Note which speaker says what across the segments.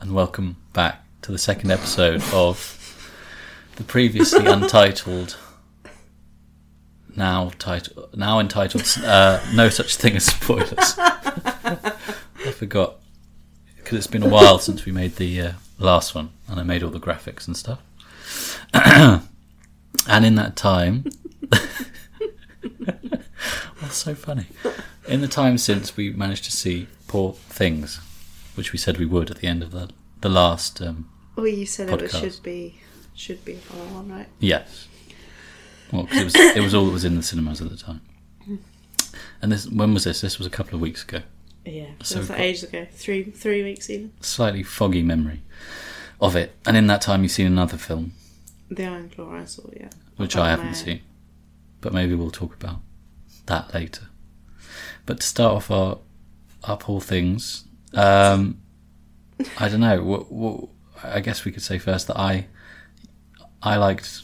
Speaker 1: and welcome back to the second episode of the previously untitled, now title, now entitled uh, "No Such Thing as Spoilers." I forgot because it's been a while since we made the uh, last one, and I made all the graphics and stuff. and in that time, that's so funny. In the time since we managed to see Poor Things, which we said we would at the end of the the last, um,
Speaker 2: Well, you said it
Speaker 1: Podcast.
Speaker 2: was- should be should be follow on, right?
Speaker 1: yes. Well, 'cause it was it was all that was in the cinemas at the time. And this when was this? This was a couple of weeks ago.
Speaker 2: Yeah,
Speaker 1: So
Speaker 2: so
Speaker 1: we've
Speaker 2: was like
Speaker 1: got-
Speaker 2: ages ago. Three three weeks even.
Speaker 1: Slightly foggy memory of it. And in that time, you've seen another film.
Speaker 2: The Iron Claw I saw, yeah.
Speaker 1: which
Speaker 2: Oh,
Speaker 1: I haven't
Speaker 2: no.
Speaker 1: seen. But maybe we'll talk about that later. But to start off our up all things, um, I don't know. What, what, I guess we could say first that I I liked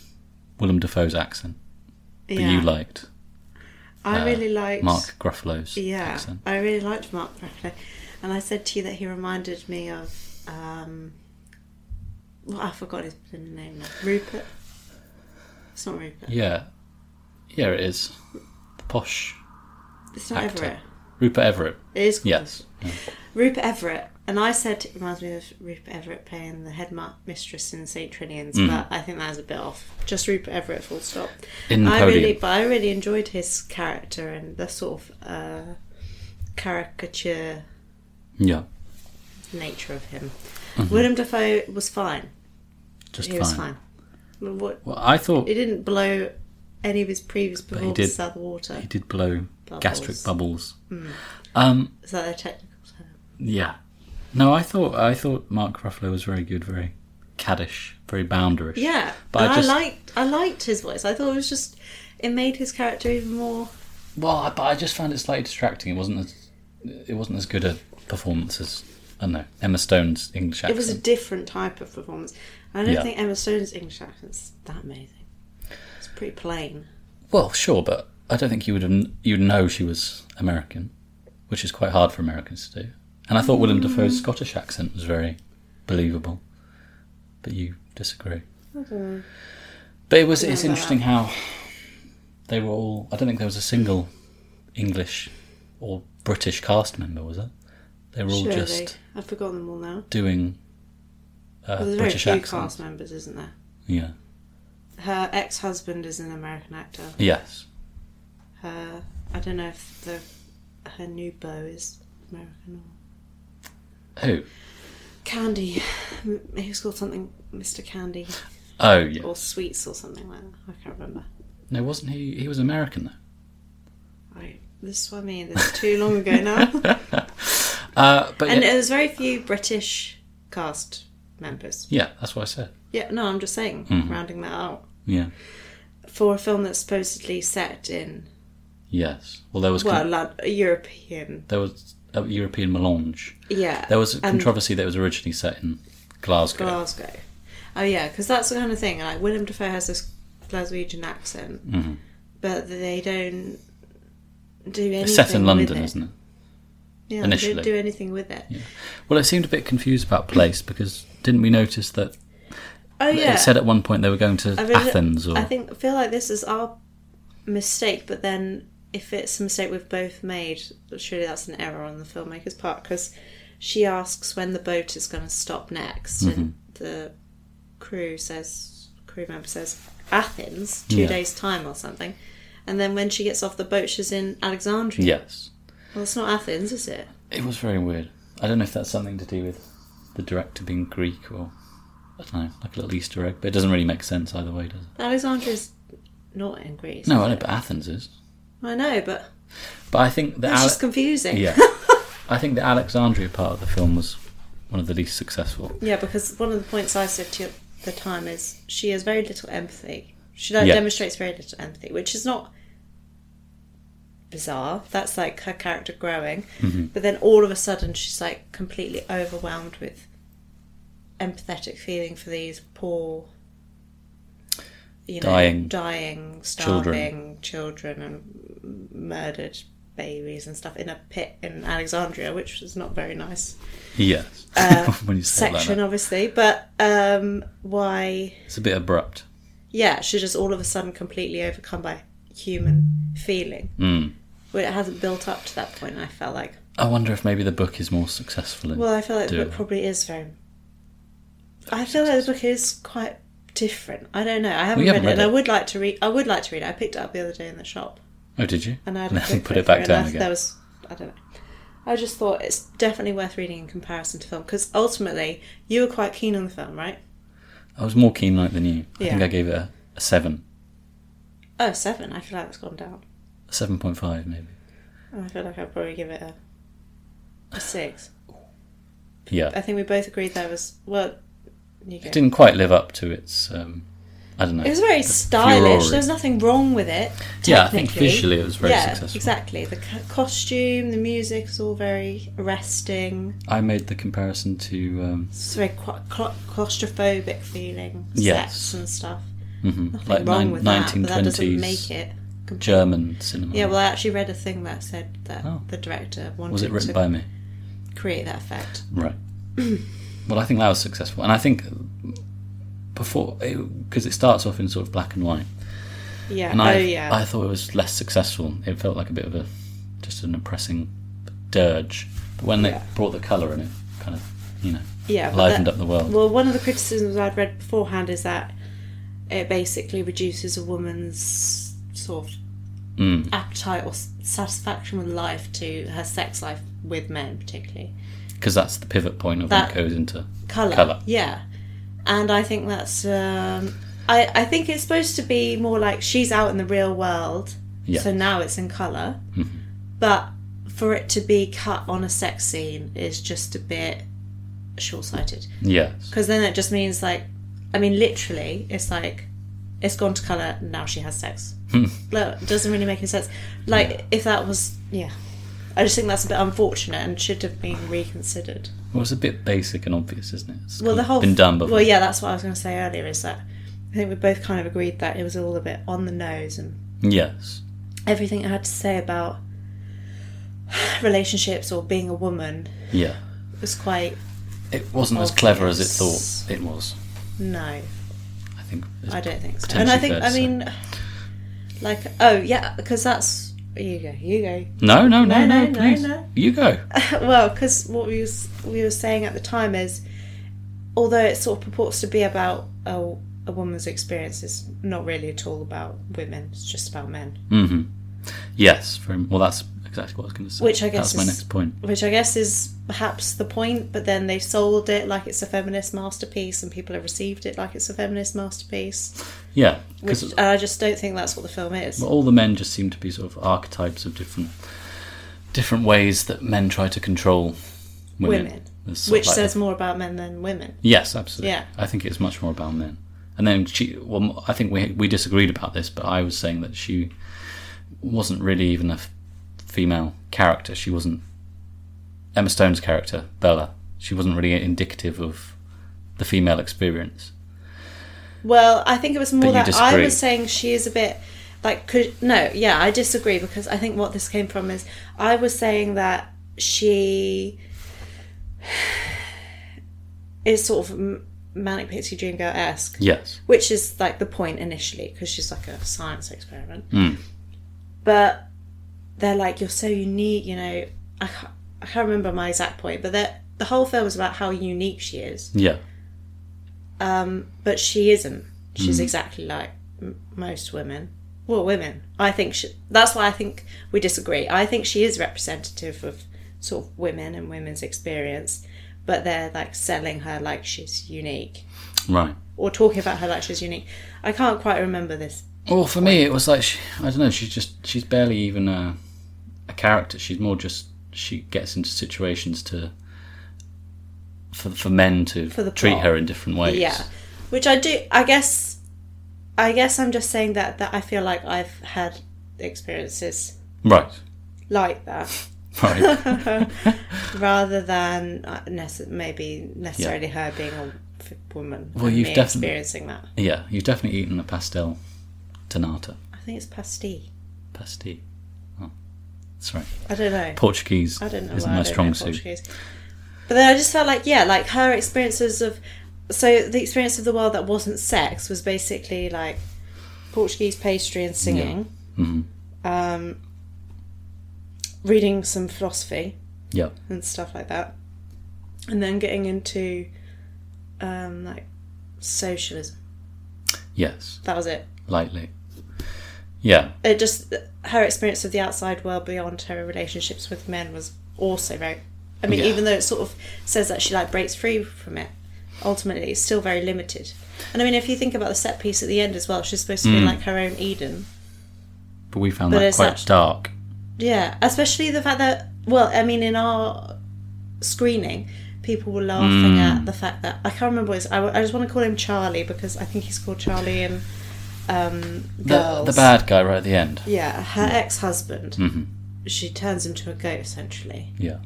Speaker 1: Willem Dafoe's accent, but
Speaker 2: yeah.
Speaker 1: you liked
Speaker 2: I
Speaker 1: uh,
Speaker 2: really liked
Speaker 1: Mark Gruffalo's
Speaker 2: Yeah,
Speaker 1: accent.
Speaker 2: I really liked Mark Ruffalo, and I said to you that he reminded me of. Um, well, I forgot his blooming name now. Rupert. It's not Rupert.
Speaker 1: Yeah, yeah, it is the posh
Speaker 2: It's not
Speaker 1: actor.
Speaker 2: Everett.
Speaker 1: Rupert Everett.
Speaker 2: It is called
Speaker 1: Yes,
Speaker 2: Rupert Everett, and I said it reminds me of Rupert Everett playing the headmistress in St. Trinian's,
Speaker 1: Mm.
Speaker 2: but I think that was a bit off. Just Rupert Everett, full stop.
Speaker 1: in
Speaker 2: I
Speaker 1: Napoleon.
Speaker 2: really, but I really enjoyed his character and the sort of uh, caricature
Speaker 1: Yeah,
Speaker 2: nature of him.
Speaker 1: Mm-hmm.
Speaker 2: William Dafoe was fine.
Speaker 1: just
Speaker 2: he was fine. Well, What
Speaker 1: Well, I thought
Speaker 2: it didn't blow any of his previous
Speaker 1: he did-
Speaker 2: performances out of the water.
Speaker 1: he did blow
Speaker 2: Bubbles. Mm.
Speaker 1: gastric bubbles. Um,
Speaker 2: Is that their technical term?
Speaker 1: Yeah. No, I thought I thought Mark Ruffalo was very good, very caddish, very boundarish.
Speaker 2: Yeah,
Speaker 1: But I
Speaker 2: and I,
Speaker 1: just-
Speaker 2: liked I liked his voice. I thought it was just it made his character even more.
Speaker 1: Well, I, but I just found it slightly distracting. It wasn't as it wasn't as good a performance as I don't know Emma Stone's English accent.
Speaker 2: It was a different type of performance. I don't
Speaker 1: Yeah.
Speaker 2: think Emma Stone's English accent's that amazing. It's pretty plain.
Speaker 1: Well, sure, but I don't think you would have kn- you'd know she was American, which is quite hard for Americans to do. And I thought Willem
Speaker 2: Mm.
Speaker 1: Dafoe's Scottish accent was very believable, but you disagree. But it was it's
Speaker 2: Remember
Speaker 1: interesting how they were all. I don't think there was a single English or British cast member, was there? They were all
Speaker 2: Surely,
Speaker 1: just
Speaker 2: I've forgotten them all now.
Speaker 1: doing uh,
Speaker 2: Well, there's very
Speaker 1: British
Speaker 2: few
Speaker 1: accents.
Speaker 2: cast members, isn't there?
Speaker 1: Yeah.
Speaker 2: Her ex-husband is an American actor.
Speaker 1: Yes.
Speaker 2: Her I don't know if the her new beau is American or
Speaker 1: Who?
Speaker 2: Candy. M- He's called something Mr. Candy
Speaker 1: Oh, yeah.
Speaker 2: or Sweets or something like that. I can't remember.
Speaker 1: No, wasn't he? He was American though.
Speaker 2: I, this is what I mean. This is too long ago now.
Speaker 1: Uh, but
Speaker 2: and
Speaker 1: yeah,
Speaker 2: there's very few British cast members.
Speaker 1: yeah, that's what I said.
Speaker 2: Yeah, no, I'm just saying,
Speaker 1: Mm-hmm.
Speaker 2: rounding that out
Speaker 1: Yeah.
Speaker 2: for a film that's supposedly set in
Speaker 1: Yes. Well, there was
Speaker 2: well,
Speaker 1: con-
Speaker 2: Lon- a European.
Speaker 1: there was a European melange.
Speaker 2: Yeah,
Speaker 1: There was a
Speaker 2: and
Speaker 1: controversy that was originally set in Glasgow.
Speaker 2: Glasgow. Oh yeah, because that's the kind of thing. Like William Defoe has this Glaswegian accent,
Speaker 1: Mhm.
Speaker 2: but they don't do anything.
Speaker 1: It's set in London,
Speaker 2: with
Speaker 1: isn't it?
Speaker 2: Yeah, they
Speaker 1: initially.
Speaker 2: don't do anything with it.
Speaker 1: Well, I seemed a bit confused about place because didn't we notice that
Speaker 2: Oh yeah,
Speaker 1: it said at one point they were going to
Speaker 2: I really-
Speaker 1: Athens or
Speaker 2: I think I feel like this is our mistake, but then if it's a mistake we've both made, surely that's an error on the filmmaker's part because she asks when the boat is going to stop next, and
Speaker 1: Mm-hmm.
Speaker 2: the crew says, crew member says, Athens, two
Speaker 1: Yeah.
Speaker 2: days time or something, and then when she gets off the boat, she's in Alexandria.
Speaker 1: yes?
Speaker 2: Well, it's not Athens, is it?
Speaker 1: It was very weird. I don't know if that's something to do with the director being Greek or I don't know, like a little Easter egg. But it doesn't really make sense either way, does it?
Speaker 2: Alexandria is not in Greece.
Speaker 1: No, I know, but Athens is.
Speaker 2: I know, but
Speaker 1: But I think the
Speaker 2: it's
Speaker 1: Ale-
Speaker 2: just confusing.
Speaker 1: yeah, I think the Alexandria part of the film was one of the least successful.
Speaker 2: Yeah, because one of the points I said to you at the time is she has very little empathy. She like,
Speaker 1: Yeah.
Speaker 2: demonstrates very little empathy, which is not bizarre. That's like her character growing.
Speaker 1: Mm-hmm.
Speaker 2: But then all of a sudden, she's like completely overwhelmed with empathetic feeling for these poor, you know,
Speaker 1: Dying
Speaker 2: dying starving
Speaker 1: children.
Speaker 2: children, and m- murdered babies and stuff in a pit in Alexandria, which was not very nice
Speaker 1: Yes. when you say it like
Speaker 2: Uh, section,
Speaker 1: that.
Speaker 2: obviously. But um, why?
Speaker 1: It's a bit abrupt.
Speaker 2: Yeah, she's just all of a sudden completely overcome by human feeling.
Speaker 1: Mm.
Speaker 2: Well, it hasn't built up to that point. I felt like.
Speaker 1: I wonder if maybe the book is more successful in
Speaker 2: Well, I feel like the
Speaker 1: Do
Speaker 2: book
Speaker 1: it.
Speaker 2: probably is very. I feel like the book is quite different. I don't know. I haven't,
Speaker 1: you haven't read
Speaker 2: read, it, and
Speaker 1: it.
Speaker 2: I would like to read. I would like to read it. I picked it up the other day in the shop,
Speaker 1: Oh, did you?
Speaker 2: and I had
Speaker 1: And
Speaker 2: a
Speaker 1: then
Speaker 2: flick
Speaker 1: put it
Speaker 2: through
Speaker 1: back
Speaker 2: and
Speaker 1: down
Speaker 2: I-
Speaker 1: again.
Speaker 2: There was. I don't know. I just thought it's definitely worth reading in comparison to film because ultimately you were quite keen on the film, right?
Speaker 1: I was more keen like than you. I
Speaker 2: Yeah.
Speaker 1: think I gave it a, a seven,
Speaker 2: Oh, seven. I feel like it's gone down.
Speaker 1: a seven point five maybe.
Speaker 2: Oh, I feel like I'd probably give it a, a six.
Speaker 1: Yeah,
Speaker 2: I think we both agreed there was well. You go.
Speaker 1: it didn't quite live up to its. Um, I don't know.
Speaker 2: It was very stylish.
Speaker 1: furore.
Speaker 2: There's nothing wrong with it.
Speaker 1: Yeah, I think
Speaker 2: technically.
Speaker 1: visually it was very
Speaker 2: yeah,
Speaker 1: successful.
Speaker 2: exactly. The c- costume, the music is all very arresting.
Speaker 1: I made the comparison to. Um,
Speaker 2: It's very qu- cla- claustrophobic feeling.
Speaker 1: Yes.
Speaker 2: Sets and stuff.
Speaker 1: mhm,
Speaker 2: Nothing
Speaker 1: like
Speaker 2: wrong
Speaker 1: nine-
Speaker 2: with that, but that doesn't
Speaker 1: 1920s
Speaker 2: make it. complete.
Speaker 1: German cinema.
Speaker 2: Yeah, well, I actually read a thing that said that
Speaker 1: Oh.
Speaker 2: the director wanted
Speaker 1: was it written
Speaker 2: to
Speaker 1: by me?
Speaker 2: create that effect.
Speaker 1: Right. well, I think that was successful, and I think before because it starts off in sort of black and white,
Speaker 2: Yeah.
Speaker 1: and
Speaker 2: oh,
Speaker 1: I
Speaker 2: yeah.
Speaker 1: I thought it was less successful. It felt like a bit of a just an oppressing dirge, but when they
Speaker 2: Yeah.
Speaker 1: brought the color in, it kind of you know
Speaker 2: yeah. but
Speaker 1: livened
Speaker 2: that-
Speaker 1: up the world.
Speaker 2: Well, one of the criticisms I'd read beforehand is that it basically reduces a woman's sort of
Speaker 1: Mm.
Speaker 2: appetite or s- satisfaction with life to her sex life with men, particularly
Speaker 1: because that's the pivot point of
Speaker 2: That-
Speaker 1: what goes into.
Speaker 2: color.
Speaker 1: Colour.
Speaker 2: Yeah, and I think that's. Um, I I think it's supposed to be more like she's out in the real world,
Speaker 1: Yeah. Mm-hmm.
Speaker 2: so now it's in color. But for it to be cut on a sex scene is just a bit short-sighted.
Speaker 1: Yes.
Speaker 2: Because then it just means like, I mean, literally, it's like, it's gone to color. Now she has sex.
Speaker 1: Hmm.
Speaker 2: no, it doesn't really make any sense. Like if that was, yeah, I just think that's a bit unfortunate and should have been reconsidered.
Speaker 1: Well, it's a bit basic and obvious, isn't it? It's
Speaker 2: Well, the whole
Speaker 1: been done before.
Speaker 2: Well, yeah, that's what I was going to say earlier. Is that I think we both kind of agreed that it was all a bit on the nose and
Speaker 1: Yes.
Speaker 2: everything I had to say about relationships or being a woman
Speaker 1: Yeah.
Speaker 2: was quite
Speaker 1: It wasn't
Speaker 2: Oh,
Speaker 1: as clever as it
Speaker 2: Obvious.
Speaker 1: thought it was.
Speaker 2: no.
Speaker 1: I think. it's
Speaker 2: I don't think so.
Speaker 1: potentially
Speaker 2: And I think
Speaker 1: fair
Speaker 2: I
Speaker 1: to say.
Speaker 2: mean, like oh yeah, because that's you go you go.
Speaker 1: No, no, no, no,
Speaker 2: No, no, no,
Speaker 1: please.
Speaker 2: no.
Speaker 1: You go.
Speaker 2: well, because what we was we were saying at the time is, although it sort of purports to be about a, a woman's experience, it's not really at all about women. It's just about men,
Speaker 1: hmm Yes. Very, well, that's exactly what I was going to say.
Speaker 2: Which I guess
Speaker 1: That's my
Speaker 2: is-
Speaker 1: next point.
Speaker 2: which I guess is perhaps the point. But then they sold it like it's a feminist masterpiece, and people have received it like it's a feminist masterpiece.
Speaker 1: Yeah.
Speaker 2: Which
Speaker 1: Because
Speaker 2: and I just don't think that's what the film is.
Speaker 1: all the men just seem to be sort of archetypes of different different ways that men try to control women.
Speaker 2: Women.
Speaker 1: There's sort of
Speaker 2: Which
Speaker 1: like the
Speaker 2: says more about men than women.
Speaker 1: Yes, absolutely.
Speaker 2: Yeah.
Speaker 1: I think it's much more about men. And then she, well, I think we we disagreed about this, but I was saying that she wasn't really even a f- female character. She wasn't Emma Stone's character, Bella. She wasn't really indicative of the female experience.
Speaker 2: Well, I think it was more
Speaker 1: But you
Speaker 2: that I
Speaker 1: disagree.
Speaker 2: was saying she is a bit like could no, yeah, I disagree because I think what this came from is I was saying that she is sort of m- manic pixie dream girl esque,
Speaker 1: Yes.
Speaker 2: which is like the point initially because she's like a science experiment.
Speaker 1: Hmm.
Speaker 2: But they're like you're so unique, you know. I can't, I can't remember my exact point, but they're- the whole film is about how unique she is
Speaker 1: Yeah.
Speaker 2: but she isn't. She's exactly like m- most women. Well, women. I think she, that's why I think we disagree. I think she is representative of sort of women and women's experience, but they're like selling her like she's unique
Speaker 1: Right.
Speaker 2: or talking about her like she's unique. I can't quite remember this.
Speaker 1: Well, for me, it was like she, I don't know. She's just she's barely even a, a character. She's more just she gets into situations to for for men to
Speaker 2: For the
Speaker 1: treat
Speaker 2: plot.
Speaker 1: her in different ways.
Speaker 2: Yeah, which I do. I guess. I guess I'm just saying that that I feel like I've had experiences
Speaker 1: Right.
Speaker 2: like that.
Speaker 1: Right.
Speaker 2: rather than uh, nece- maybe necessarily her being a f- woman.
Speaker 1: Well,
Speaker 2: and
Speaker 1: you've
Speaker 2: me
Speaker 1: definitely-
Speaker 2: experiencing that.
Speaker 1: yeah, you've definitely eaten a pastel tonata.
Speaker 2: I think it's pasty.
Speaker 1: Pasty. Oh. It's That's right.
Speaker 2: I don't know.
Speaker 1: Portuguese
Speaker 2: I don't know.
Speaker 1: isn't
Speaker 2: why I
Speaker 1: my
Speaker 2: don't
Speaker 1: strong
Speaker 2: know
Speaker 1: suit.
Speaker 2: Portuguese. But then I just felt like, yeah, like her experiences of, so the experience of the world that wasn't sex was basically like Portuguese pastry and singing,
Speaker 1: Mhm.
Speaker 2: um, reading some philosophy
Speaker 1: Yep.
Speaker 2: and stuff like that, and then getting into, um, like socialism.
Speaker 1: Yes.
Speaker 2: That was it.
Speaker 1: Lightly. Yeah.
Speaker 2: It just her experience of the outside world beyond her relationships with men was also very. I mean,
Speaker 1: Yeah.
Speaker 2: even though it sort of says that she like breaks free from it, ultimately it's still very limited. And I mean, if you think about the set piece at the end as well, she's supposed to be in,
Speaker 1: Hmm.
Speaker 2: like her own Eden.
Speaker 1: But we found
Speaker 2: But
Speaker 1: that
Speaker 2: it's
Speaker 1: quite
Speaker 2: actually-
Speaker 1: dark.
Speaker 2: Yeah, especially the fact that well, I mean, in our screening, people were laughing
Speaker 1: Hmm.
Speaker 2: at the fact that I can't remember what it's, I, I just want to call him Charlie because I think he's called Charlie and um,
Speaker 1: The,
Speaker 2: girls.
Speaker 1: the bad guy right at the end.
Speaker 2: Yeah,
Speaker 1: Mm.
Speaker 2: her ex husband.
Speaker 1: Mm-hmm.
Speaker 2: She turns into a goat essentially,
Speaker 1: Yeah.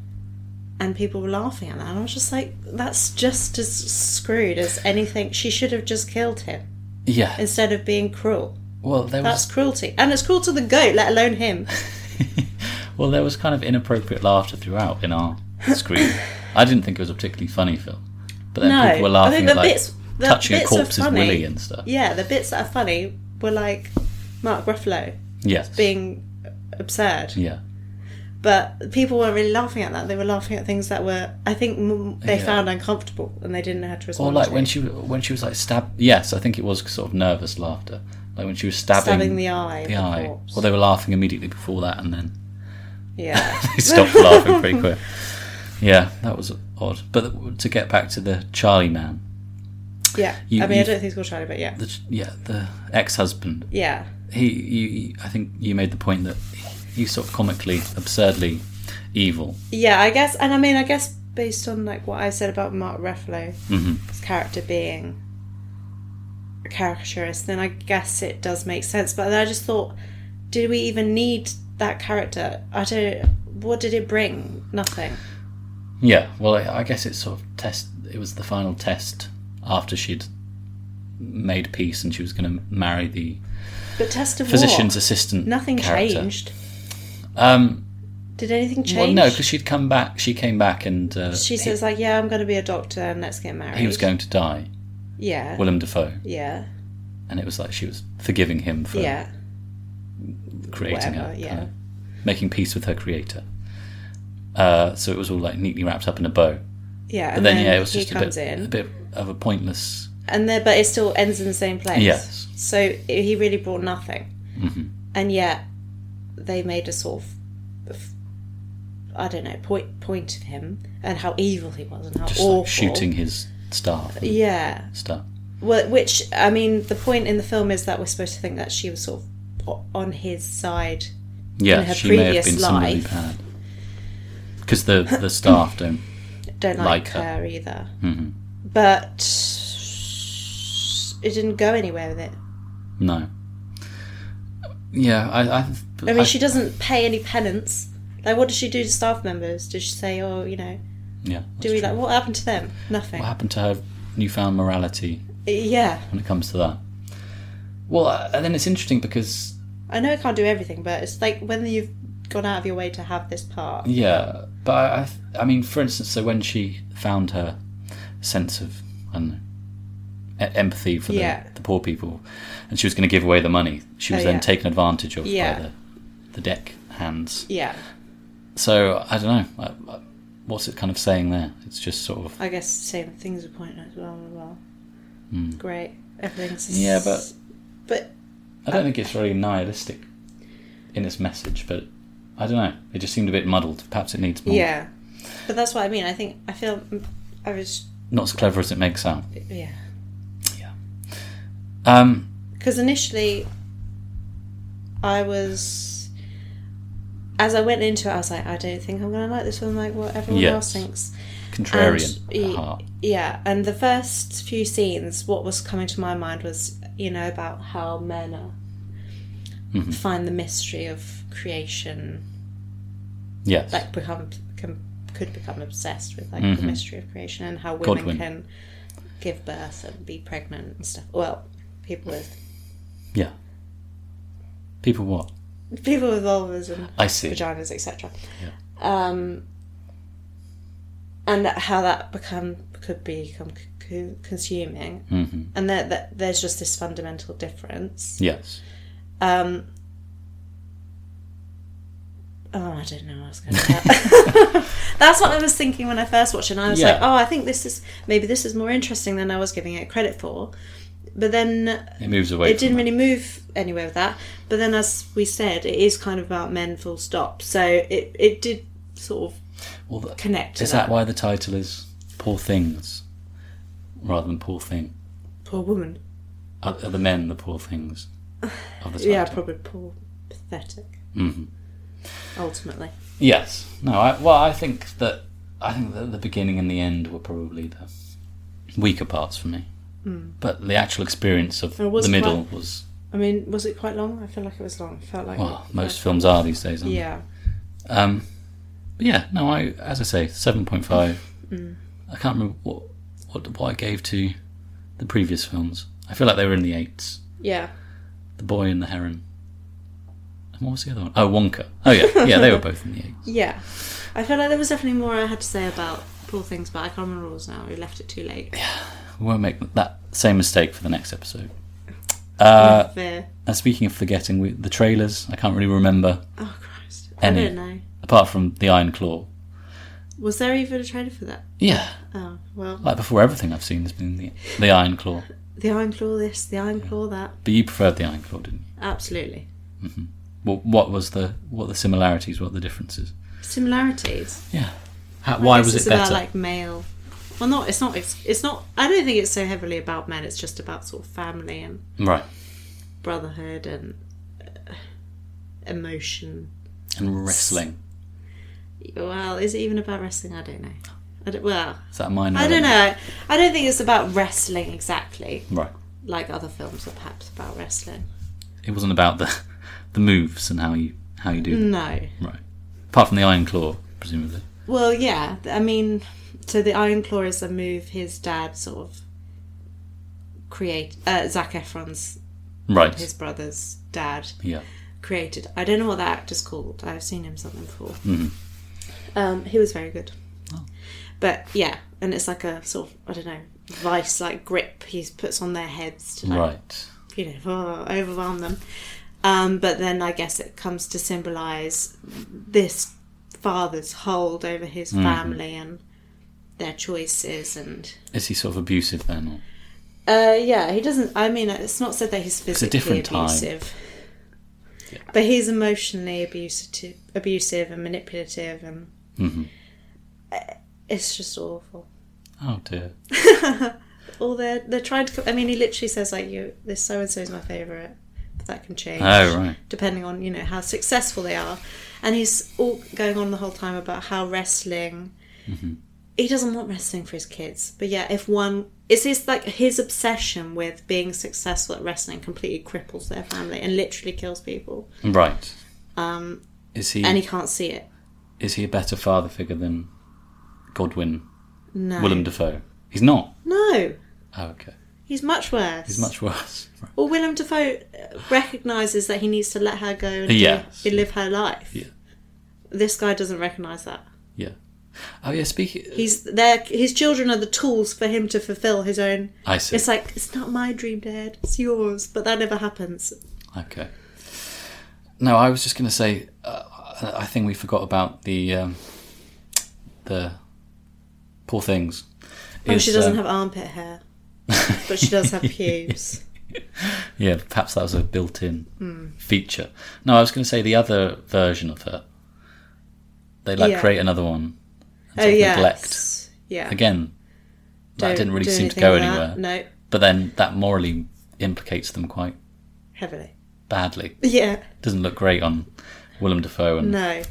Speaker 2: and people were laughing at that. And I was just like, that's just as screwed as anything. She should have just killed him
Speaker 1: Yeah.
Speaker 2: instead of being cruel.
Speaker 1: Well, there was
Speaker 2: That's cruelty, and it's cruel to the goat, let alone him.
Speaker 1: well, there was kind of inappropriate laughter throughout in our screen. I didn't think it was a particularly funny film, but then
Speaker 2: No,
Speaker 1: people were
Speaker 2: I
Speaker 1: laughing
Speaker 2: think
Speaker 1: at
Speaker 2: the
Speaker 1: like
Speaker 2: bits- the
Speaker 1: touching a
Speaker 2: bits were
Speaker 1: corpse's
Speaker 2: funny.
Speaker 1: willy and stuff.
Speaker 2: Yeah, the bits that are funny were like Mark Ruffalo
Speaker 1: Yes.
Speaker 2: being absurd,
Speaker 1: yeah.
Speaker 2: but people weren't really laughing at that. They were laughing at things that were, I think, m- they
Speaker 1: Yeah.
Speaker 2: found uncomfortable, and they didn't know how to respond.
Speaker 1: Or like
Speaker 2: to.
Speaker 1: when she when she was like stab. Yes, I think it was sort of nervous laughter, like when she was stabbing,
Speaker 2: stabbing the eye,
Speaker 1: the eye.
Speaker 2: corpse.
Speaker 1: Well, they were laughing immediately before that, and then
Speaker 2: Yeah.
Speaker 1: they stopped laughing pretty quick. Yeah, that was odd. But to get back to the Charlie man,
Speaker 2: Yeah.
Speaker 1: You-
Speaker 2: I mean, I
Speaker 1: you-
Speaker 2: don't think it's called Charlie, but yeah.
Speaker 1: the ch- yeah the ex-husband
Speaker 2: Yeah.
Speaker 1: he, you, you- I think you made the point that he's sort of comically, absurdly evil.
Speaker 2: Yeah, I guess, and I mean, I guess based on like what I said about Mark Ruffalo's
Speaker 1: hmm
Speaker 2: character being a caricaturist, then I guess it does make sense. But then I just thought, did we even need that character? I don't. What did it bring? Nothing.
Speaker 1: Yeah, well, I I guess it's sort of test. It was the final test after she'd made peace and she was going to marry the
Speaker 2: But test of
Speaker 1: physician's
Speaker 2: what?
Speaker 1: assistant.
Speaker 2: Nothing
Speaker 1: character.
Speaker 2: changed.
Speaker 1: Um,
Speaker 2: Did anything change?
Speaker 1: well, no, because she'd come back. She came back, and uh,
Speaker 2: she
Speaker 1: he-
Speaker 2: says like, yeah, I'm going to be a doctor and let's get married.
Speaker 1: he, was going to die.
Speaker 2: Yeah.
Speaker 1: Willem Dafoe,
Speaker 2: yeah.
Speaker 1: and it was like she was forgiving him for
Speaker 2: Yeah.
Speaker 1: creating her,
Speaker 2: Whatever, yeah.
Speaker 1: kind of making peace with her creator. Uh, so it was all like neatly wrapped up in a bow.
Speaker 2: Yeah.
Speaker 1: But then, yeah, it was
Speaker 2: he
Speaker 1: just a
Speaker 2: comes
Speaker 1: bit,
Speaker 2: in.
Speaker 1: a bit of a pointless.
Speaker 2: and there, but it still ends in the same place.
Speaker 1: Yes. Mm-hmm.
Speaker 2: So i- he really brought nothing, and yet they made a sort of, of- I don't know, point point of him and how evil he was and how
Speaker 1: Just
Speaker 2: awful.
Speaker 1: like shooting his staff and
Speaker 2: Yeah.
Speaker 1: stuff.
Speaker 2: Well, which I mean, the point in the film is that we're supposed to think that she was sort of o- on his side.
Speaker 1: Yeah,
Speaker 2: her
Speaker 1: she may have
Speaker 2: previous
Speaker 1: been somebody
Speaker 2: life.
Speaker 1: bad. Because the, the staff don't.
Speaker 2: Don't like,
Speaker 1: Like
Speaker 2: her.
Speaker 1: her. Mm-hmm.
Speaker 2: either. But it didn't go anywhere with it.
Speaker 1: No. Yeah, I. I,
Speaker 2: I mean,
Speaker 1: I-
Speaker 2: she doesn't pay any penance. Like, what does she do to staff members? Does she say, "Oh, you know,
Speaker 1: Yeah.
Speaker 2: do
Speaker 1: that's
Speaker 2: we
Speaker 1: true.
Speaker 2: like what happened to them? Nothing."
Speaker 1: What happened to her newfound morality
Speaker 2: Yeah,
Speaker 1: when it comes to that? Well, uh, and then it's interesting because,
Speaker 2: I know I can't do everything, but it's like when you've gone out of your way to have this part.
Speaker 1: yeah, but I, I, I mean, for instance, so when she found her sense of, I don't know, e- empathy for the,
Speaker 2: Yeah.
Speaker 1: the poor people, and she was going to give away the money. She was
Speaker 2: Oh,
Speaker 1: then
Speaker 2: yeah.
Speaker 1: taken advantage of
Speaker 2: Yeah.
Speaker 1: by the, the deck hands.
Speaker 2: Yeah,
Speaker 1: So I don't know. I, I, what's it kind of saying there? It's just sort of
Speaker 2: I guess same things are pointless. Blah blah blah.
Speaker 1: hmm.
Speaker 2: Great, everything's s-
Speaker 1: Yeah, but-
Speaker 2: but
Speaker 1: I don't think it's really nihilistic in its message, but I don't know. It just seemed a bit muddled. Perhaps it needs more.
Speaker 2: yeah, but that's what I mean. I think I feel I was
Speaker 1: Not as clever as it makes out.
Speaker 2: yeah
Speaker 1: Um,
Speaker 2: because initially I was as I went into it, I was like, I don't think I'm gonna like this film like what everyone
Speaker 1: Yes.
Speaker 2: else thinks.
Speaker 1: contrarian
Speaker 2: And-
Speaker 1: at heart.
Speaker 2: Yeah, and the first few scenes, what was coming to my mind was, you know, about how men are
Speaker 1: Mm-hmm.
Speaker 2: find the mystery of creation,
Speaker 1: Yes.
Speaker 2: like become can, could become obsessed with like the mystery of creation and how women
Speaker 1: Mm-hmm. Godwin.
Speaker 2: can give birth and be pregnant and stuff. Well, people with
Speaker 1: yeah. People what?
Speaker 2: people with vulvas and
Speaker 1: I see.
Speaker 2: vaginas, etc. Um, and that- how that become could become c- c- consuming,
Speaker 1: hmm
Speaker 2: and that, that there's just this fundamental difference.
Speaker 1: Yes.
Speaker 2: Um, oh, I don't know. What I was going to. That. That's what I was thinking when I first watched it. And I was
Speaker 1: Yeah.
Speaker 2: like, oh, I think this is maybe this is more interesting than I was giving it credit for. But then
Speaker 1: It moves away.
Speaker 2: it
Speaker 1: from
Speaker 2: didn't
Speaker 1: that.
Speaker 2: really move anywhere with that. But then, as we said, it is kind of about men, full stop. So it it did sort of
Speaker 1: Well, th-
Speaker 2: connect. To
Speaker 1: is that why the title is Poor Things rather than Poor Thing?
Speaker 2: poor woman?
Speaker 1: Are, are the men the poor things of the title?
Speaker 2: Yeah, probably poor, pathetic.
Speaker 1: Mhm.
Speaker 2: Ultimately,
Speaker 1: Yes. No. I, well, I think that I think that the beginning and the end were probably the weaker parts for me. But the actual experience of
Speaker 2: Hmm. It was
Speaker 1: the middle was
Speaker 2: I mean, was it quite long? I feel like it was long. It felt like
Speaker 1: well, most films are these days. Aren't
Speaker 2: Yeah,
Speaker 1: They? Um. But yeah. No. I as I say, seven point five. I can't remember what, what what I gave to the previous films. I feel like they were in the eights.
Speaker 2: yeah.
Speaker 1: The Boy and the Heron. And what was the other one? Oh, Wonka. Oh yeah, yeah. They were both in the eights.
Speaker 2: Yeah, I feel like there was definitely more I had to say about poor things, but I can't remember what it was now. We left it too late.
Speaker 1: We won't make that same mistake for the next episode. Uh,
Speaker 2: Yeah.
Speaker 1: And speaking of forgetting, we, the trailers, I can't really remember,
Speaker 2: Oh Christ! I
Speaker 1: Any.
Speaker 2: don't know.
Speaker 1: apart from The Iron Claw.
Speaker 2: Was there even a trailer for that?
Speaker 1: Yeah,
Speaker 2: Oh well,
Speaker 1: like before everything I've seen has been The, the Iron Claw.
Speaker 2: the Iron Claw this, the Iron Claw that.
Speaker 1: But you preferred The Iron Claw, didn't you?
Speaker 2: Absolutely.
Speaker 1: What, what was the what the similarities? What the differences?
Speaker 2: similarities.
Speaker 1: Yeah. How,
Speaker 2: I
Speaker 1: why
Speaker 2: guess
Speaker 1: was
Speaker 2: it's
Speaker 1: it better?
Speaker 2: About like male. Well, not. It's not. It's, it's not. I don't think it's so heavily about men. It's just about sort of family and
Speaker 1: right.
Speaker 2: brotherhood and uh, emotion.
Speaker 1: And wrestling.
Speaker 2: Well, is it even about wrestling? I don't know. I don't, well,
Speaker 1: Is that mine?
Speaker 2: I don't know. I don't think it's about wrestling exactly,
Speaker 1: Right.
Speaker 2: like other films are perhaps about wrestling.
Speaker 1: It wasn't about the the moves and how you how you do them.
Speaker 2: No.
Speaker 1: Right. Apart from The Iron Claw, presumably.
Speaker 2: Well, yeah. th- I mean, so the Iron Claw is a move his dad sort of create. Uh, Zac Efron's
Speaker 1: Right.
Speaker 2: his brother's dad
Speaker 1: Yeah.
Speaker 2: created. I don't know what that actor's called. I've seen him something before. Um, he was very good.
Speaker 1: Mm-hmm. Oh.
Speaker 2: But yeah, and it's like a sort of I don't know vice like grip he puts on their heads to like
Speaker 1: Right.
Speaker 2: you know oh, overwhelm them. Um, but then I guess it comes to symbolise this father's hold over his
Speaker 1: Mm-hmm.
Speaker 2: family and their choices and
Speaker 1: Is he sort of abusive then? Or?
Speaker 2: uh, yeah, he doesn't. I mean, it's not said that he's physically
Speaker 1: different time.
Speaker 2: abusive, but he's emotionally abusive, abusive and manipulative, and
Speaker 1: Mhm.
Speaker 2: Uh, it's just awful.
Speaker 1: Oh dear.
Speaker 2: All they're they're trying to. I mean, he literally says like, "You, this so and so is my favorite." But that can change
Speaker 1: Oh right.
Speaker 2: depending on you know how successful they are, and he's all going on the whole time about how wrestling.
Speaker 1: Mm-hmm.
Speaker 2: He doesn't want wrestling for his kids, but yeah, if one it's his like his obsession with being successful at wrestling completely cripples their family and literally kills people,
Speaker 1: Right.
Speaker 2: um,
Speaker 1: Is he?
Speaker 2: and he can't see it.
Speaker 1: Is he a better father figure than Godwin
Speaker 2: No,
Speaker 1: Willem Dafoe? He's not.
Speaker 2: no,
Speaker 1: Oh, okay.
Speaker 2: he's much worse.
Speaker 1: He's much worse. Right.
Speaker 2: Well, Willem Dafoe uh, recognizes that he needs to let her go and
Speaker 1: Yes.
Speaker 2: li- live her life.
Speaker 1: Yeah.
Speaker 2: This guy doesn't recognize that.
Speaker 1: Yeah. Oh yeah. Speaking.
Speaker 2: He's there. His children are the tools for him to fulfill his own.
Speaker 1: I see.
Speaker 2: It's like it's not my dream, Dad. It's yours, but that never happens.
Speaker 1: Okay. No, I was just going to say. Uh, I- I think we forgot about the um, the poor things.
Speaker 2: Oh,
Speaker 1: Is,
Speaker 2: she doesn't
Speaker 1: um,
Speaker 2: have armpit hair, but she does have pubes.
Speaker 1: Yeah, perhaps that was a built-in
Speaker 2: Hmm.
Speaker 1: feature. No, I was going to say the other version of her. They like
Speaker 2: Yeah.
Speaker 1: create another one. and
Speaker 2: oh
Speaker 1: sort of
Speaker 2: yeah,
Speaker 1: Neglect
Speaker 2: yeah.
Speaker 1: again.
Speaker 2: Don't
Speaker 1: that didn't really
Speaker 2: do
Speaker 1: seem to
Speaker 2: anything
Speaker 1: go
Speaker 2: with that.
Speaker 1: anywhere.
Speaker 2: No,
Speaker 1: But then that morally implicates them quite
Speaker 2: heavily.
Speaker 1: badly.
Speaker 2: Yeah,
Speaker 1: Doesn't look great on Willem Dafoe and
Speaker 2: no.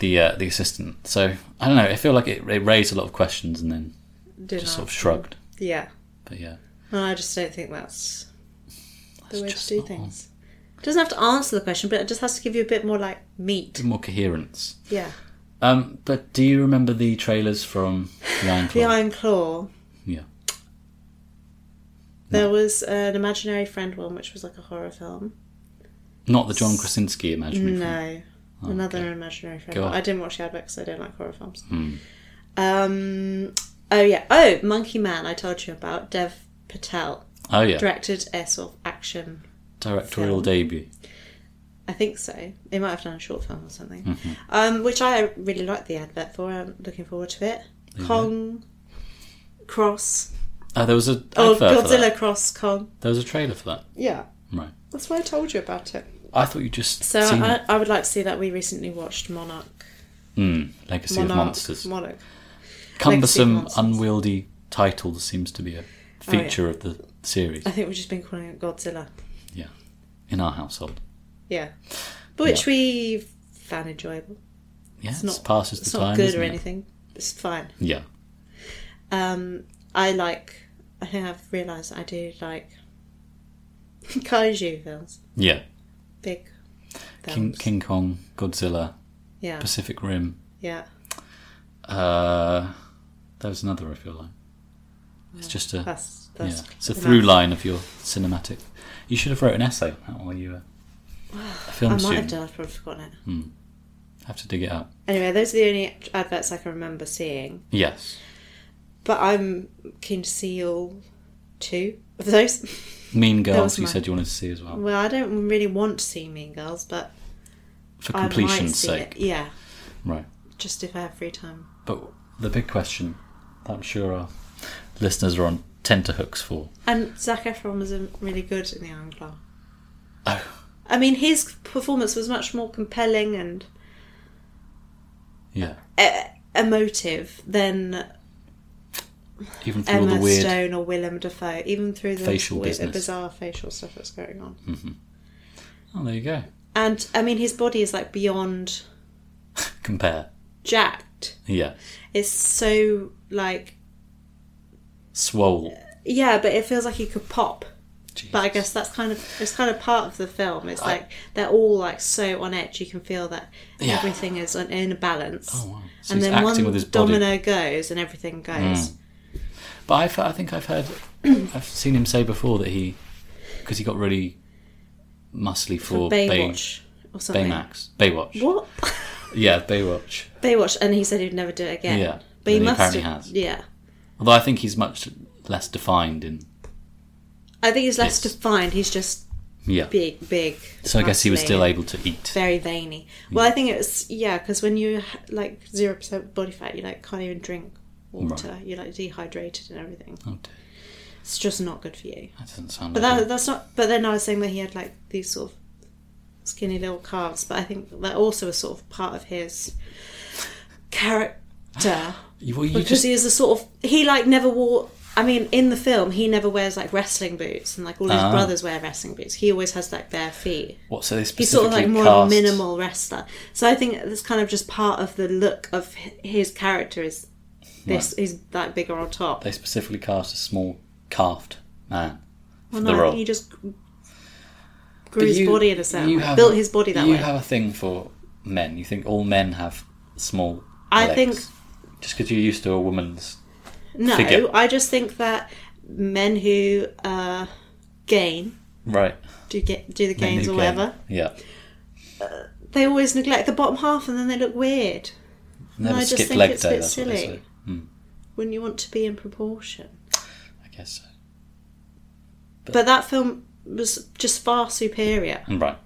Speaker 1: the uh, the assistant. So I don't know. I feel like it, it raised a lot of questions and then
Speaker 2: Did
Speaker 1: just
Speaker 2: not.
Speaker 1: sort of shrugged.
Speaker 2: Yeah,
Speaker 1: But yeah,
Speaker 2: no, I just don't think that's the
Speaker 1: That's
Speaker 2: way to
Speaker 1: just
Speaker 2: do
Speaker 1: not
Speaker 2: things. It doesn't have to answer the question, but it just has to give you a bit more like meat.
Speaker 1: more coherence.
Speaker 2: Yeah,
Speaker 1: Um, but do you remember the trailers from The Iron
Speaker 2: the
Speaker 1: Claw?
Speaker 2: Iron Claw.
Speaker 1: yeah.
Speaker 2: There was an imaginary friend one, which was like a horror film.
Speaker 1: Not the John Krasinski imaginary. friend.
Speaker 2: No,
Speaker 1: Oh,
Speaker 2: another
Speaker 1: okay.
Speaker 2: imaginary friend.
Speaker 1: Go on.
Speaker 2: I didn't watch the advert because I don't like horror films.
Speaker 1: Hmm.
Speaker 2: Um, oh yeah. Oh, Monkey Man. I told you about Dev Patel
Speaker 1: Oh yeah,
Speaker 2: directed a sort of action.
Speaker 1: directorial
Speaker 2: film.
Speaker 1: debut.
Speaker 2: I think so. They might have done a short film or something,
Speaker 1: Mm-hmm.
Speaker 2: um, which I really liked the advert for. I'm looking forward to it.
Speaker 1: There you go.
Speaker 2: Kong Cross.
Speaker 1: Oh, there was a
Speaker 2: Oh,
Speaker 1: advert for that.
Speaker 2: Godzilla Cross Kong.
Speaker 1: There was a trailer for that.
Speaker 2: Yeah.
Speaker 1: Right.
Speaker 2: That's why I told you about it.
Speaker 1: I thought you just
Speaker 2: So uh,
Speaker 1: seen
Speaker 2: I,
Speaker 1: it.
Speaker 2: I would like to see that. We recently watched Monarch.
Speaker 1: Mm, Legacy
Speaker 2: Monarch.
Speaker 1: of Monsters.
Speaker 2: Monarch.
Speaker 1: Cumbersome,
Speaker 2: Monsters. Oh,
Speaker 1: unwieldy titles seems to be a
Speaker 2: yeah.
Speaker 1: feature of the series
Speaker 2: I think we've just been calling it Godzilla.
Speaker 1: in our household.
Speaker 2: Yeah. But which we found enjoyable.
Speaker 1: Yeah, it's
Speaker 2: It's not-
Speaker 1: passes
Speaker 2: It's
Speaker 1: the
Speaker 2: not
Speaker 1: time.
Speaker 2: good
Speaker 1: isn't
Speaker 2: or
Speaker 1: it?
Speaker 2: anything. It's fine.
Speaker 1: Yeah.
Speaker 2: Um, I like. I think I've realised I do like kaiju films.
Speaker 1: Yeah.
Speaker 2: Big
Speaker 1: King,
Speaker 2: films.
Speaker 1: King Kong, Godzilla,
Speaker 2: Yeah.
Speaker 1: Pacific Rim.
Speaker 2: Yeah.
Speaker 1: Uh, there was another, I feel like. It's just a.
Speaker 2: That's
Speaker 1: Yeah,
Speaker 2: that's.
Speaker 1: it's a
Speaker 2: enough.
Speaker 1: through line of your cinematic. You should have wrote an essay on that while you were a
Speaker 2: I
Speaker 1: film
Speaker 2: might
Speaker 1: student. Hmm.
Speaker 2: have done. I've probably forgotten it.
Speaker 1: have to dig it out.
Speaker 2: Anyway, those are the only adverts I can remember seeing.
Speaker 1: Yes.
Speaker 2: But I'm keen to see all two of those.
Speaker 1: Mean
Speaker 2: was
Speaker 1: Girls, you
Speaker 2: mine.
Speaker 1: said you wanted to see as well.
Speaker 2: well, I don't really want to see Mean Girls, but
Speaker 1: For
Speaker 2: I might
Speaker 1: completion's
Speaker 2: see
Speaker 1: sake.
Speaker 2: it. Yeah,
Speaker 1: Right.
Speaker 2: just if I have free time.
Speaker 1: But the big question that I'm sure our listeners are on tenterhooks for.
Speaker 2: And Zac Efron was um, really good in The Iron Claw.
Speaker 1: Oh,
Speaker 2: I mean, his performance was much more compelling and
Speaker 1: yeah.
Speaker 2: uh, emotive than
Speaker 1: Even through all
Speaker 2: Emma
Speaker 1: the weird.
Speaker 2: Stone or Willem Dafoe, even through the
Speaker 1: Facial
Speaker 2: weird-
Speaker 1: business.
Speaker 2: the
Speaker 1: Hmm.
Speaker 2: bizarre facial stuff that's going on.
Speaker 1: Oh, there you go.
Speaker 2: And I mean, his body is like beyond
Speaker 1: Compare.
Speaker 2: jacked.
Speaker 1: Yeah.
Speaker 2: It's so like
Speaker 1: Swole.
Speaker 2: yeah, but it feels like he could pop.
Speaker 1: Jesus.
Speaker 2: But I guess that's kind of it's kind of part of the film. It's like they're all like so on edge. You can feel that
Speaker 1: Yeah.
Speaker 2: everything is on, in a balance.
Speaker 1: Oh, wow. So
Speaker 2: and
Speaker 1: he's
Speaker 2: then
Speaker 1: acting
Speaker 2: one
Speaker 1: with his body. Hmm,
Speaker 2: domino goes and everything goes.
Speaker 1: But I've, I think I've heard, I've seen him say before that he, because he got really muscly for, Bay-
Speaker 2: Baywatch or something.
Speaker 1: Baymax. Baywatch.
Speaker 2: What?
Speaker 1: Yeah, Baywatch.
Speaker 2: Baywatch, and he said he'd never do it again.
Speaker 1: Yeah.
Speaker 2: but he
Speaker 1: And he
Speaker 2: must.
Speaker 1: apparently
Speaker 2: have,
Speaker 1: has.
Speaker 2: Yeah,
Speaker 1: Although I think he's much less defined in.
Speaker 2: I think he's less
Speaker 1: Yes.
Speaker 2: defined. He's just
Speaker 1: Yeah.
Speaker 2: big, big.
Speaker 1: So I guess he was
Speaker 2: muscly.
Speaker 1: still Hmm. able to eat.
Speaker 2: very veiny. Well, I think it's yeah, because when you ha- like zero percent body fat, you like can't even drink water. You're like dehydrated and everything.
Speaker 1: Oh dear.
Speaker 2: It's just not good for you.
Speaker 1: That doesn't sound
Speaker 2: But
Speaker 1: like
Speaker 2: that, that's not. But then I was saying that he had like these sort of skinny little calves, but I think that also was sort of part of his character
Speaker 1: you, well, you
Speaker 2: because
Speaker 1: just
Speaker 2: he is a sort of he like never wore. I mean, in the film, he never wears like wrestling boots, and like all his
Speaker 1: Ah.
Speaker 2: brothers wear wrestling boots. He always has like bare feet.
Speaker 1: what so they specifically
Speaker 2: He's sort of like more of a
Speaker 1: cast,
Speaker 2: minimal wrestler. So I think that's kind of just part of the look of hi- his character is this is that bigger on top.
Speaker 1: They specifically cast a small, calved man
Speaker 2: Well,
Speaker 1: for the role.
Speaker 2: he just grew his
Speaker 1: you-
Speaker 2: body in a certain
Speaker 1: you
Speaker 2: way,
Speaker 1: have-
Speaker 2: built his body that
Speaker 1: you
Speaker 2: way.
Speaker 1: have a thing for men. You think all men have small.
Speaker 2: I
Speaker 1: legs.
Speaker 2: think-
Speaker 1: just because you're used to a woman's.
Speaker 2: no,
Speaker 1: figure.
Speaker 2: I just think that men who uh, gain
Speaker 1: Right.
Speaker 2: do get do the
Speaker 1: men
Speaker 2: gains
Speaker 1: who
Speaker 2: or
Speaker 1: gain.
Speaker 2: whatever,
Speaker 1: Yeah.
Speaker 2: they always neglect the bottom half and then they look weird.
Speaker 1: Never
Speaker 2: I just
Speaker 1: skip
Speaker 2: think
Speaker 1: leg
Speaker 2: it's a
Speaker 1: day.
Speaker 2: bit
Speaker 1: that's what they
Speaker 2: silly.
Speaker 1: say. Hmm,
Speaker 2: When you want to be in proportion,
Speaker 1: I guess so.
Speaker 2: but that film was just far superior.
Speaker 1: Right.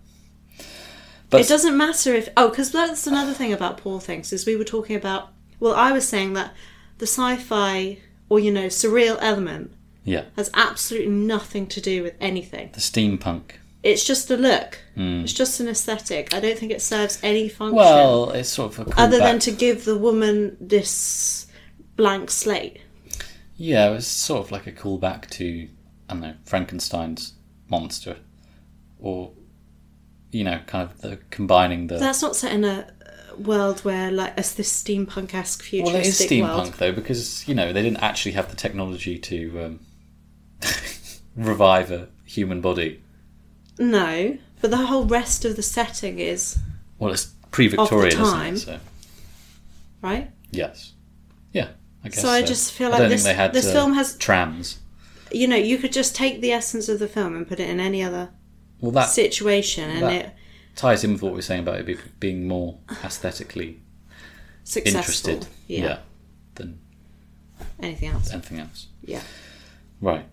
Speaker 1: But
Speaker 2: it doesn't matter if oh because that's another thing about poor things is we were talking about well i was saying that the sci-fi or you know surreal element
Speaker 1: yeah,
Speaker 2: has absolutely nothing to do with anything
Speaker 1: the steampunk.
Speaker 2: it's just a look it's just an aesthetic i don't think it serves any function
Speaker 1: Well, it's sort of a
Speaker 2: other than
Speaker 1: callback-
Speaker 2: to give the woman this blank slate
Speaker 1: Yeah, it was sort of like a callback to I don't know Frankenstein's monster, or you know, kind of the combining the.
Speaker 2: that's not set in a uh, world where like as this steampunk-esque
Speaker 1: well, it is
Speaker 2: futuristic
Speaker 1: steampunk
Speaker 2: world
Speaker 1: though, because you know they didn't actually have the technology to um, revive a human body.
Speaker 2: no but the whole rest of the setting is
Speaker 1: Well, it's pre-Victorian,
Speaker 2: time.
Speaker 1: isn't it? So
Speaker 2: right
Speaker 1: yes, yeah. I guess
Speaker 2: So I just feel
Speaker 1: I
Speaker 2: like
Speaker 1: don't
Speaker 2: this-
Speaker 1: think they had
Speaker 2: this
Speaker 1: uh,
Speaker 2: film has-
Speaker 1: trams.
Speaker 2: you know, you could just take the essence of the film and put it in any other
Speaker 1: well, that
Speaker 2: situation, and
Speaker 1: that-
Speaker 2: it
Speaker 1: ties in with what we were saying about it be, being more aesthetically
Speaker 2: successful.
Speaker 1: interested,
Speaker 2: Yeah.
Speaker 1: than
Speaker 2: Anything else?
Speaker 1: anything else.
Speaker 2: Yeah.
Speaker 1: Right.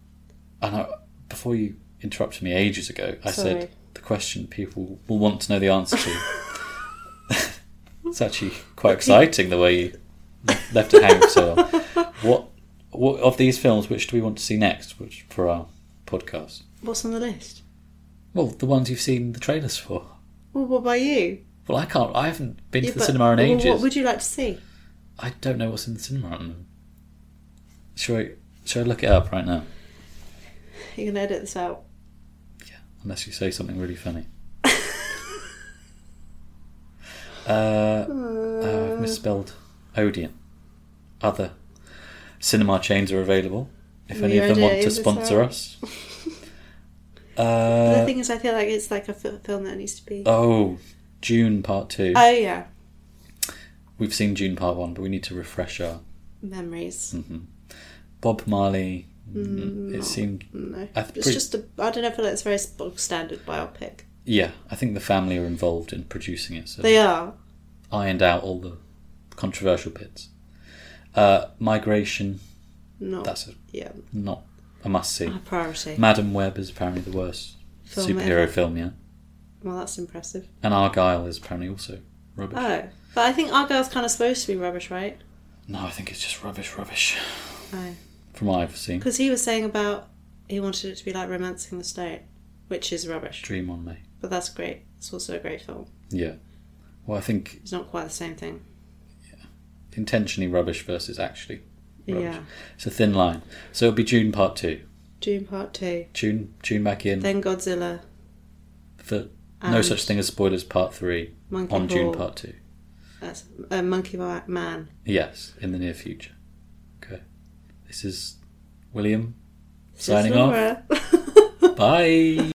Speaker 1: And I, before you interrupted me ages ago, I
Speaker 2: Sorry.
Speaker 1: said the question people will want to know the answer to. it's actually quite exciting the way you left it hanging for so long. What, what of these films? Which do we want to see next? Which for our podcast?
Speaker 2: What's on the list?
Speaker 1: Well, the ones you've seen the trailers for.
Speaker 2: Well, what about you?
Speaker 1: Well, I can't. I haven't been
Speaker 2: Yeah,
Speaker 1: to the
Speaker 2: but-
Speaker 1: cinema in
Speaker 2: well,
Speaker 1: ages.
Speaker 2: What would you like to see?
Speaker 1: I don't know what's in the cinema at the moment. Should I, should I look it up right now?
Speaker 2: You can edit this out.
Speaker 1: Unless you say something really funny. uh, uh, I've misspelled Odeon. Other cinema chains are available. If any of them want to
Speaker 2: Weird
Speaker 1: sponsor us. Uh,
Speaker 2: the thing is, I feel like it's like a fil- film that needs to be.
Speaker 1: oh, June Part 2.
Speaker 2: oh yeah,
Speaker 1: We've seen June Part 1, but we need to refresh our.
Speaker 2: memories.
Speaker 1: Hmm. Bob Marley. it seemed.
Speaker 2: No,
Speaker 1: I
Speaker 2: it's
Speaker 1: pre-
Speaker 2: just a. I don't know. I feel like it's a very bog standard biopic.
Speaker 1: Yeah, I think the family are involved in producing it, so
Speaker 2: They are.
Speaker 1: ironed out all the controversial bits. Uh, migration,
Speaker 2: No.
Speaker 1: that's a,
Speaker 2: yeah.
Speaker 1: not a must see.
Speaker 2: A priority.
Speaker 1: Madam Web is apparently the worst
Speaker 2: Film
Speaker 1: superhero
Speaker 2: ever.
Speaker 1: film, yeah.
Speaker 2: Well, that's impressive.
Speaker 1: And Argyle is apparently also rubbish.
Speaker 2: Oh, but I think Argyle's kind of supposed to be rubbish, right?
Speaker 1: no, I think it's just rubbish, rubbish,
Speaker 2: Oh,
Speaker 1: from what I've seen.
Speaker 2: because he was saying about he wanted it to be like *Romancing the Stone*, which is rubbish.
Speaker 1: Dream on Me.
Speaker 2: But that's great. It's also a great film.
Speaker 1: Yeah. Well, I think
Speaker 2: It's not quite the same thing.
Speaker 1: intentionally rubbish versus actually. Rubbish.
Speaker 2: Yeah.
Speaker 1: It's a thin line. So it'll be June part two.
Speaker 2: June Part Two,
Speaker 1: June, June back in
Speaker 2: then Godzilla,
Speaker 1: for no
Speaker 2: and-
Speaker 1: such thing as spoilers part three
Speaker 2: Monkey
Speaker 1: on June
Speaker 2: Paw.
Speaker 1: part two.
Speaker 2: that's uh, Monkey Ma- Man.
Speaker 1: Yes, in the near future. Okay. This is William
Speaker 2: This is
Speaker 1: signing off.
Speaker 2: Laura.
Speaker 1: Bye.